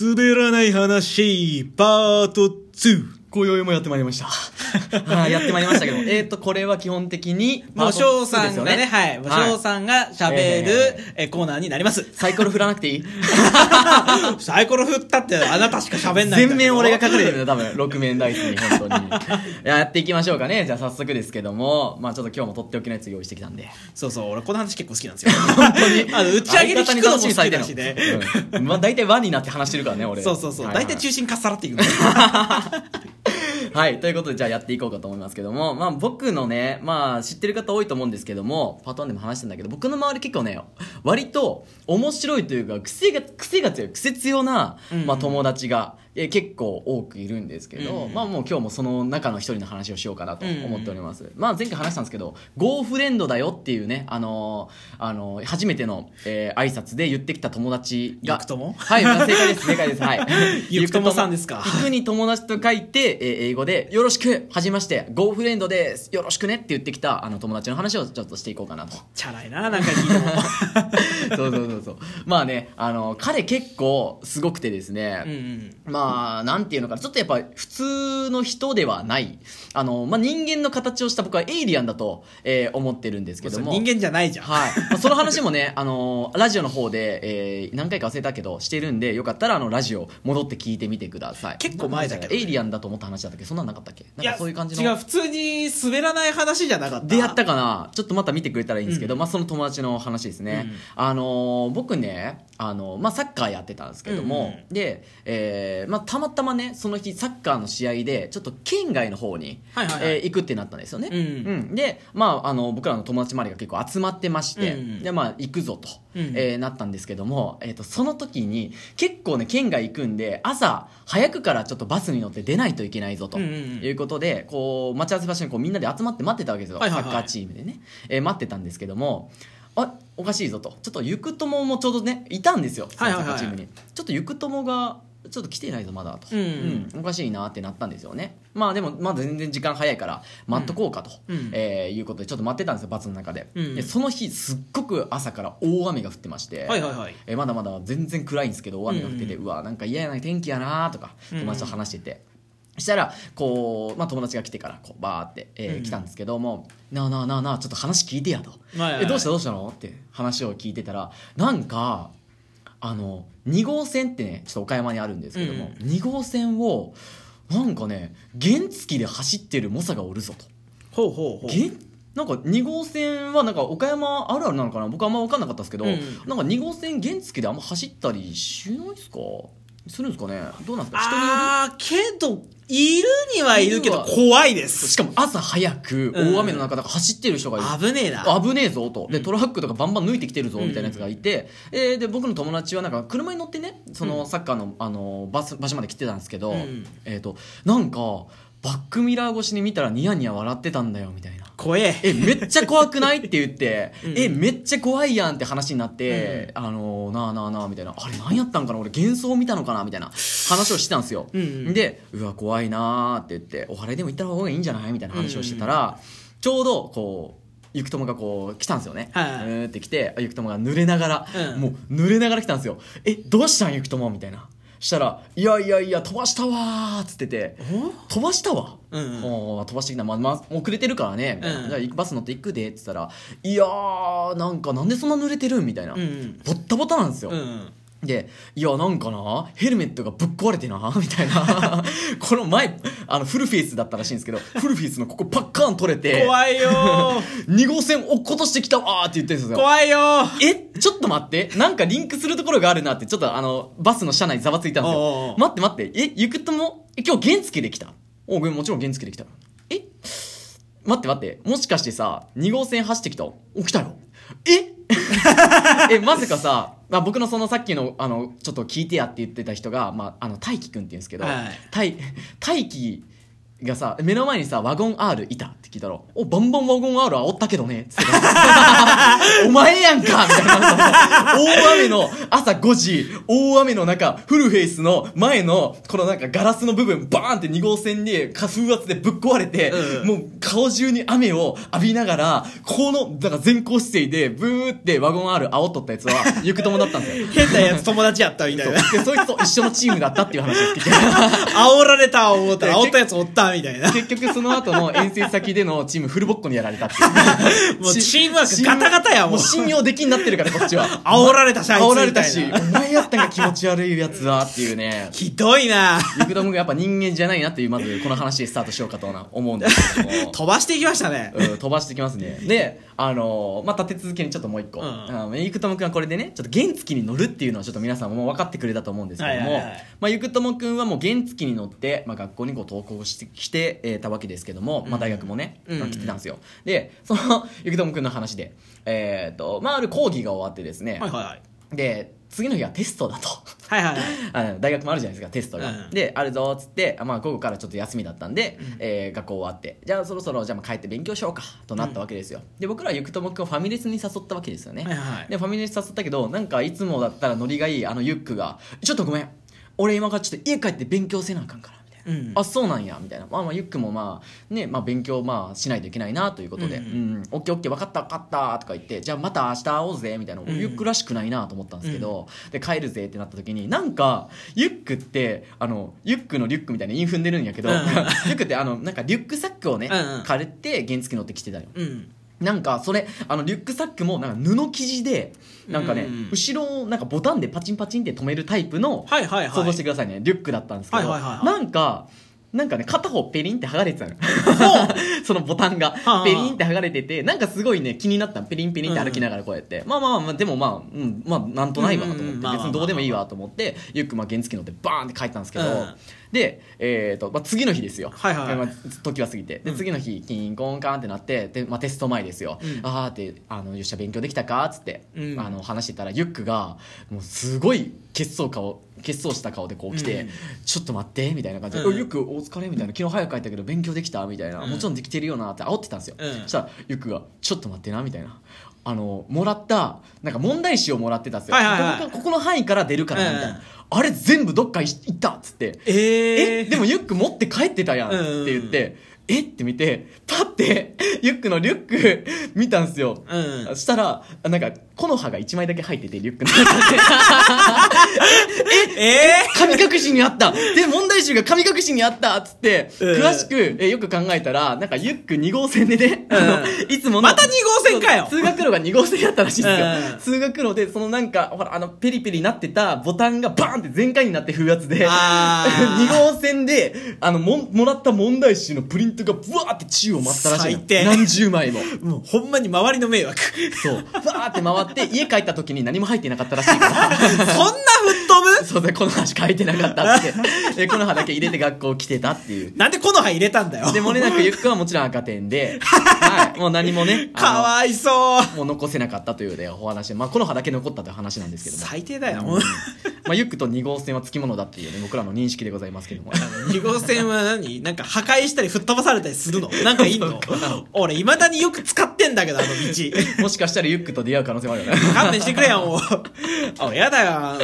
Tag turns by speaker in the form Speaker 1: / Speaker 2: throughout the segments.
Speaker 1: 滑らない話、パート 2!
Speaker 2: 今宵もやってまいり ました。はい、やってまいりましたけど。 えっと、これは基本的に、
Speaker 3: もう、翔さ
Speaker 2: です
Speaker 3: ん
Speaker 2: よ
Speaker 3: がね、はい、もう翔
Speaker 2: ん。
Speaker 3: さんが喋る、えコーナーになります。
Speaker 2: サイコロ振らなく ていい
Speaker 3: サイコロ振ったって、あなたしか喋んないんだけど。
Speaker 2: 全面俺が隠れてるんだよ、多分。6面 ダイスに、本当に。いややっていきましょうかね。じゃあ早速ですけども、まあちょっと今日もとっておきのやつ用意してきたんで。
Speaker 3: そうそう、俺この話結構好きなんですよ。 本当に。あの、打ち上げで聞くのも好きだしね。
Speaker 2: うん。まあ大体輪になって話してるからね、俺。
Speaker 3: そうそうそう。
Speaker 2: はいはい
Speaker 3: 大体中心かっさらっていくんだよ
Speaker 2: はい、ということでじゃあやっていこうかと思いますけども、まあ僕のね、まあ知ってる方多いと思うんですけども、パート1でも話したんだけど、僕の周り結構ね、割と面白いというか、癖が、癖が強い、癖強な、まあ友達が、え結構多くいるんですけど、まあもう今日もその中の一人の話をしようかなと思っております。まあ前回話したんですけど、Go フレンドだよっていうね、あのーあのー初めての、えー挨拶で言ってきた友達が。
Speaker 3: ゆくとも。
Speaker 2: はい、まあ正解です、正解です。はい
Speaker 3: ゆくともさんですか
Speaker 2: 行くに友達と書いて、えー英語で「よろしく」はじめまして「Go フレンドですよろしくね」って言ってきたあの友達の話をちょっとしていこうかな と
Speaker 3: チャラいな、なんか聞いて も。
Speaker 2: そうそうそうそうまあねあの彼結構すごくてですね、
Speaker 3: うんうん。
Speaker 2: まあ、なんていうのかな、ちょっとやっぱ普通の人ではない、あの、まあ人間の形をした僕はエイリアンだと、えー思ってるんですけど
Speaker 3: 人
Speaker 2: も。
Speaker 3: 間じゃないじゃん。
Speaker 2: はい。まあその話もね、あのーラジオの方で、えー何回か忘れたけど、してるんで、よかったら、あの、ラジオ、戻って聞いてみてください。
Speaker 3: 結構前だけどね
Speaker 2: エイリアンだと思った話だったっけそんなんなかったっけなんかそういう感じの。
Speaker 3: 違う、普通に滑らない話じゃなかった。
Speaker 2: 出会ったかなちょっとまた見てくれたらいいんですけど、
Speaker 3: うん
Speaker 2: まあその友達の話ですね、あのー僕ねあのーまあサッカーやってたんですけども、
Speaker 3: う
Speaker 2: で、えーまあ、たまたまねその日サッカーの試合でちょっと県外の方に、
Speaker 3: はいはいはい
Speaker 2: えー行くってなったんですよね、
Speaker 3: うん
Speaker 2: で、まあ、あの僕らの友達周りが結構集まってまして、
Speaker 3: うん
Speaker 2: でまあ行くぞと、
Speaker 3: うん
Speaker 2: えーなったんですけども、えー、とその時に結構ね県外行くんで朝早くからちょっとバスに乗って出ないといけないぞと
Speaker 3: うんうんうん
Speaker 2: いうことで、こう待ち合わせ場所にこうみんなで集まって待ってたわけですよ、
Speaker 3: はいはいはい
Speaker 2: サッカーチームでね、えー待ってたんですけどもあおかしいぞとちょっとゆくとももちょうどねいたんですよその
Speaker 3: はいは
Speaker 2: サ
Speaker 3: い
Speaker 2: ッカ
Speaker 3: はい
Speaker 2: ーチームに、ちょっとゆくともがちょっと来てないぞまだと、
Speaker 3: うん
Speaker 2: うんおかしいなってなったんですよねまあでもまだ全然時間早いから待っとこうかと、
Speaker 3: うん
Speaker 2: えーいうことでちょっと待ってたんですよバスの中で,、
Speaker 3: うん
Speaker 2: でその日すっごく朝から大雨が降ってまして、
Speaker 3: はいはいはい。
Speaker 2: えーまだまだ全然暗いんですけど大雨が降ってて、
Speaker 3: う
Speaker 2: うわなんか嫌やな天気やなとか友達と話してて、したらこう、まあ、友達が来てからこうバーって、えー
Speaker 3: うん
Speaker 2: 来たんですけども「なあなあなあなあちょっと話聞いてや」と「
Speaker 3: はいはいはい
Speaker 2: えどうしたどうしたの?」って話を聞いてたらなんかあの2号線ってねちょっと岡山にあるんですけども、2号線をなんかね原付で走ってる猛者がおるぞと。
Speaker 3: ほうほうほう。
Speaker 2: げなんか2号線はなんか岡山あるあるなのかな僕あんま分かんなかったですけど、
Speaker 3: うん
Speaker 2: なんか2号線原付であんま走ったりしないですかするんですかねどうなんですか人による
Speaker 3: あー、けど、いるにはいるけど、
Speaker 2: いるわ
Speaker 3: 怖いです。
Speaker 2: しかも朝早く
Speaker 3: うん
Speaker 2: 大雨の中だから走ってる人がいる、
Speaker 3: 危ねえな。
Speaker 2: 危ねえぞとでトラックとかバンバン抜いてきてるぞ
Speaker 3: うん
Speaker 2: みたいなやつがいて、えーで僕の友達はなんか車に乗ってねそのサッカーのあのバス場所まで来てたんですけど、
Speaker 3: うん
Speaker 2: えー、となんかバックミラー越しに見たらニヤニヤ笑ってたんだよみたいな
Speaker 3: 怖え。
Speaker 2: えめっちゃ怖くないって言って、
Speaker 3: うん
Speaker 2: えめっちゃ怖いやんって話になって、あのなあなあなあみたいなあれ何やったんかな俺幻想見たのかなみたいな話をしてたんですよ、
Speaker 3: うんうん
Speaker 2: でうわ怖いなあって言ってお祓いでも行った方がいいんじゃないみたいな話をしてたら、ちょうどこうゆくともがこう来たんですよね、
Speaker 3: はいはいう
Speaker 2: ーって来てゆくともが濡れながら、
Speaker 3: うん
Speaker 2: もう濡れながら来たんですよえどうしたんゆくともみたいなしたら「いやいやいや飛ばしたわ」っつってて「飛ばしたわ」
Speaker 3: うんうん
Speaker 2: おー飛ばしてきた、まあまあ、遅れてるからね、みたいな
Speaker 3: うん
Speaker 2: じゃあバス乗って行くでって言ったら「いやーなんかなんでそんな濡れてる?」みたいな、
Speaker 3: うん
Speaker 2: ボッタボタなんですよ、
Speaker 3: うんうん。
Speaker 2: で「いやなんかなヘルメットがぶっ壊れてな」 みたいなこの前あのフルフェイスだったらしいんですけどフルフェイスのここパッカーン取れて
Speaker 3: 怖いよー
Speaker 2: 2号線落っことしてきたわーって言ってるんですよ
Speaker 3: 怖いよー
Speaker 2: えちょっと待ってなんかリンクするところがあるなってちょっとあのバスの車内ざわついたんで
Speaker 3: お
Speaker 2: す
Speaker 3: うおうお
Speaker 2: よ
Speaker 3: う
Speaker 2: 待って待ってえゆくともえ今日原付で来たおごめんもちろん原付で来たえ待って待ってもしかしてさ2号線走ってきた起きたよ ええまさかさ、まあ、僕のそのさっきのあのちょっと聞いてやって言ってた人が、まあ、あの大輝くんって言うんですけど、
Speaker 3: はい
Speaker 2: 大大輝がさ目の前にさ「ワゴン R いた」って聞いたら「おバンバンワゴン R 煽ったけどね」っつってた お前やんか!」みたいな大雨の朝5時大雨の中フルフェイスの前のこのなんかガラスの部分バーンって2号線にか風圧でぶっ壊れて、
Speaker 3: うん
Speaker 2: もう顔中に雨を浴びながらこのだから全校姿勢でブーってワゴン R 煽っとったやつは行く友だったんですよ
Speaker 3: 変なやつ友達やったみたいな。
Speaker 2: そうでそいつと一緒のチームだったっていう話です結局
Speaker 3: 煽られた思ったら、煽ったやつおったみたいな。
Speaker 2: 結局その後の遠征先でのチームフルボッコにやられたっていう
Speaker 3: もうチームワークガタガタやも
Speaker 2: も
Speaker 3: う
Speaker 2: う。信用できになってるからこっちは
Speaker 3: 煽られたし、あいつ
Speaker 2: 煽られたし
Speaker 3: みい
Speaker 2: お
Speaker 3: な
Speaker 2: 前やったんが気持ち悪いやつだっていうね
Speaker 3: ひどいな
Speaker 2: ゆくどもがやっぱ人間じゃないなっていうまずこの話でスタートしようかとはな思うんですけども
Speaker 3: 飛ばしていきましたね。
Speaker 2: うん飛ばしてきますねであのーまあ立て続けにちょっともう一個、
Speaker 3: うん
Speaker 2: あのゆくともくんはこれでねちょっと原付に乗るっていうのはちょっと皆さんも分かってくれたと思うんですけども、
Speaker 3: はいはいはい
Speaker 2: まあ、ゆくともくんはもう原付に乗って、まあ、学校にこう登校してきて、えーたわけですけども、まあ、大学もね、
Speaker 3: うん
Speaker 2: まあ来てたんですよでその ゆくともくんの話でえっ、とまあある講義が終わってですね、
Speaker 3: はいはいはい。
Speaker 2: で次の日はテストだと
Speaker 3: はいはいはい。
Speaker 2: あの大学もあるじゃないですかテストが、
Speaker 3: うん
Speaker 2: であるぞーっつって、あまあ、午後からちょっと休みだったんで、えー学校終わってじゃあそろそろじゃあまあ帰って勉強しようかとなったわけですよ、で僕らはゆくともくんをファミレスに誘ったわけですよね、
Speaker 3: はいはい
Speaker 2: でファミレス誘ったけどなんかいつもだったらノリがいいあのユックが「ちょっとごめん俺今からちょっと家帰って勉強せなあかんから」みたいな。
Speaker 3: うん
Speaker 2: あそうなんやみたいな、まあ、まあユックもまあね、まあ、勉強まあしないといけないなということで「う
Speaker 3: うんん
Speaker 2: オッケーオッケー分かった分かった」とか言って「じゃあまた明日会おうぜ」みたいな、
Speaker 3: ん
Speaker 2: ユックらしくないなと思ったんですけど、で帰るぜってなった時になんかユックってあのユックのリュックみたいな韻踏んでるんやけど、
Speaker 3: うん
Speaker 2: ユックってあのなんかリュックサックをね、
Speaker 3: うんうん
Speaker 2: 借りて原付乗ってきてたよ
Speaker 3: うん。
Speaker 2: なんかそれあのリュックサックもなんか布生地でなんかね、
Speaker 3: うん
Speaker 2: 後ろをなんかボタンでパチンパチンって止めるタイプの
Speaker 3: はいはいはい。
Speaker 2: 想像してくださいねリュックだったんですけど、
Speaker 3: はいはいはいはい
Speaker 2: なんかなんかね片方ペリンって剥がれてたの そのボタンが
Speaker 3: あはあ
Speaker 2: ペリンって剥がれててなんかすごいね気になったのペリンペリンって歩きながらこうやって、まあまあまあでもまあ、うん、まあなんとないわと思って、
Speaker 3: うんうんまあまあ
Speaker 2: 別
Speaker 3: まあ
Speaker 2: にどうでもいいわと思ってゆっくまあ原付乗ってバーンって帰ったんですけど、
Speaker 3: うん
Speaker 2: で、えーとまあ、次の日ですよ、
Speaker 3: はいはい
Speaker 2: まあ時は過ぎてで
Speaker 3: うん
Speaker 2: 次の日キンコンカンってなってで、まあ、テスト前ですよ、
Speaker 3: うん
Speaker 2: ああってあのよっしゃ勉強できたかっつって、
Speaker 3: うん
Speaker 2: あの話してたらユックがもうすごい血相顔血相した顔でこう来て、
Speaker 3: うん
Speaker 2: ちょっと待ってみたいな感じで、
Speaker 3: うん
Speaker 2: おユックお疲れみたいな昨日早く帰ったけど勉強できたみたいな、
Speaker 3: うん
Speaker 2: もちろんできてるよなって煽ってたんですよ、
Speaker 3: うん
Speaker 2: そしたらユックがちょっと待ってなみたいなあのもらったなんか問題集をもらってたんですよ、
Speaker 3: はいはいはい
Speaker 2: ここここの範囲から出るからみたいな、
Speaker 3: うん
Speaker 2: あれ全部どっか行ったっつって
Speaker 3: え
Speaker 2: え
Speaker 3: ー。
Speaker 2: でもユック持って帰ってたやんって言って、えって見てパッて ユックのリュック見たんすよ、
Speaker 3: うん。
Speaker 2: したらなんか木の葉が1枚だけ入っててリュックの中で
Speaker 3: え
Speaker 2: 神隠しにあったで問題集が神隠しにあったっつって
Speaker 3: うん
Speaker 2: 詳しくえよく考えたらなんかユック2号線でね、あのいつもの
Speaker 3: また2号線かよ
Speaker 2: 通学路が2号線やったらしいんですよ、
Speaker 3: うん
Speaker 2: 通学路でそのなんかほらあのペリペリなってたボタンがバーンって全開になって風圧で
Speaker 3: あ ー
Speaker 2: 2号線であのもんもらった問題集のプリントがブワーって宙を舞ったらしいの
Speaker 3: 最低
Speaker 2: 何十枚も
Speaker 3: もうほんまに周りの迷惑。
Speaker 2: そうバーって回って家帰った時に何も入ってなかったらしいから
Speaker 3: そんな吹っ飛ぶ
Speaker 2: そうでこの話書いてなかっ たってでこの葉だけ入れて学校来てたっていう
Speaker 3: なんでこの葉入れたんだよ。
Speaker 2: でもれなくゆっくんはもちろん赤点で、はい、もう何もねあの
Speaker 3: かわいそう。
Speaker 2: もう残せなかったというねお話、まあ、この葉だけ残ったという話なんですけども
Speaker 3: 最低だよ。
Speaker 2: うんまあ、ユックと2号線はつきものだっていうね僕らの認識でございます けども
Speaker 3: 2号線は何なんか破壊したり吹っ飛ばされたりするのなんかいいの俺、未だによく使ってんだけど、あの道。
Speaker 2: もしかしたらユックと出会う可能性もあるよね
Speaker 3: 勘弁してくれよ、もう。 あ、やだよ。あの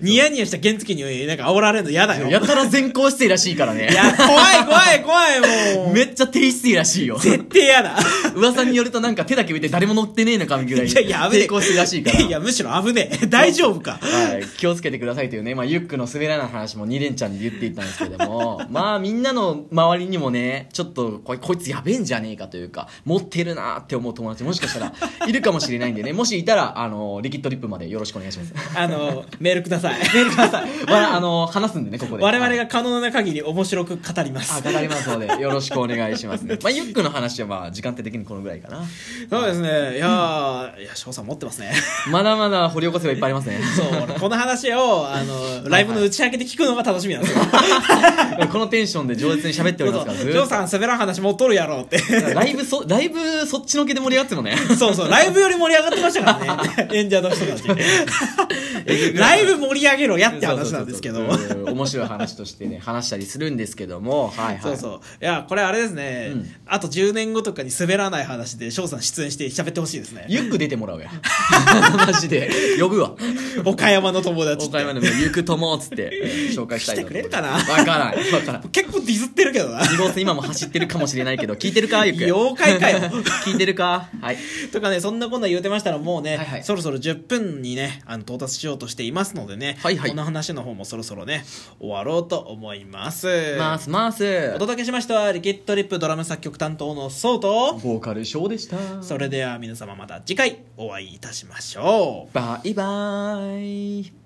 Speaker 3: ニヤニヤした原付になんか煽られるのやだよ。
Speaker 2: やたら全校姿勢らしいからね
Speaker 3: いや、怖い怖い怖い、 もう。
Speaker 2: めっちゃ低姿勢らしいよ
Speaker 3: 絶対やだ。
Speaker 2: 噂によるとなんか手だけ浮いて誰も乗ってねえのかみたいない
Speaker 3: やいや危ねえ
Speaker 2: 抵抗してるらしいから
Speaker 3: いや、むしろ危ねえ。大丈夫か。
Speaker 2: はい、気をつけてくださいというね、まあ、ユックの滑らない話も2連チャンで言っていたんですけども まあみんなの周りにもねちょっとこいこいつやべえんじゃねえかというか持ってるなって思う友達もしかしたらいるかもしれないんでねもしいたらあのリキッドリップまでよろしくお願いします。
Speaker 3: あの、メールください。
Speaker 2: わあの話すんでねここで
Speaker 3: 我々が可能な限り面白く語ります。
Speaker 2: あ語りますのでよろしくお願いしますね、まあ、ユックの話はまあ時間帯的にこのぐらいかな
Speaker 3: そうですね。いやー、いや、翔さん持ってます ね。
Speaker 2: まだまだ掘り起こせばいっぱいありますね
Speaker 3: そう、俺この話を、あの、ライブの打ち上げで聞くのが楽しみなんですよ。
Speaker 2: このテンションで上舌に喋っておりますからず
Speaker 3: ジ
Speaker 2: っ
Speaker 3: ョー
Speaker 2: と
Speaker 3: さん、滑らん話持っとるやろうって。
Speaker 2: ライブそライブそっちちのけで盛り上がってたのね
Speaker 3: そうそう、ライブより盛り上がってました からね。演者の人たち。ライブ盛り上げろやって話なんですけど。
Speaker 2: そうそうそうそううん面白い話としてね話したりするんですけどもはいはい
Speaker 3: そうそう。いや、これあれですね
Speaker 2: うん。
Speaker 3: あと10年後とかに滑らない話で翔さん出演して喋ってほしいですね。
Speaker 2: ゆっく出てもらう やマジで呼ぶわ
Speaker 3: 岡山の友達って。
Speaker 2: 岡山でもゆくともっつってえー紹介したい
Speaker 3: 来てくれるかな
Speaker 2: わからないわからん
Speaker 3: 結構ディズってるけどな。
Speaker 2: 2号線今も走ってるかもしれないけど聞いてるかゆく
Speaker 3: 妖怪かよ
Speaker 2: 聞いてるかはい
Speaker 3: とかね、そんなこんな言うてましたらもうね、
Speaker 2: はいはい
Speaker 3: そろそろ10分にね、あの到達しようとしていますのでね、
Speaker 2: はいはい
Speaker 3: この話の方もそろそろね、終わろうと思います。
Speaker 2: まーすまーす
Speaker 3: お届けしましたは、リキッドリップドラム作曲担当のソウと、
Speaker 2: ボーカルショーでした
Speaker 3: それでは皆様また次回お会いいたしましょう。
Speaker 2: バイバイ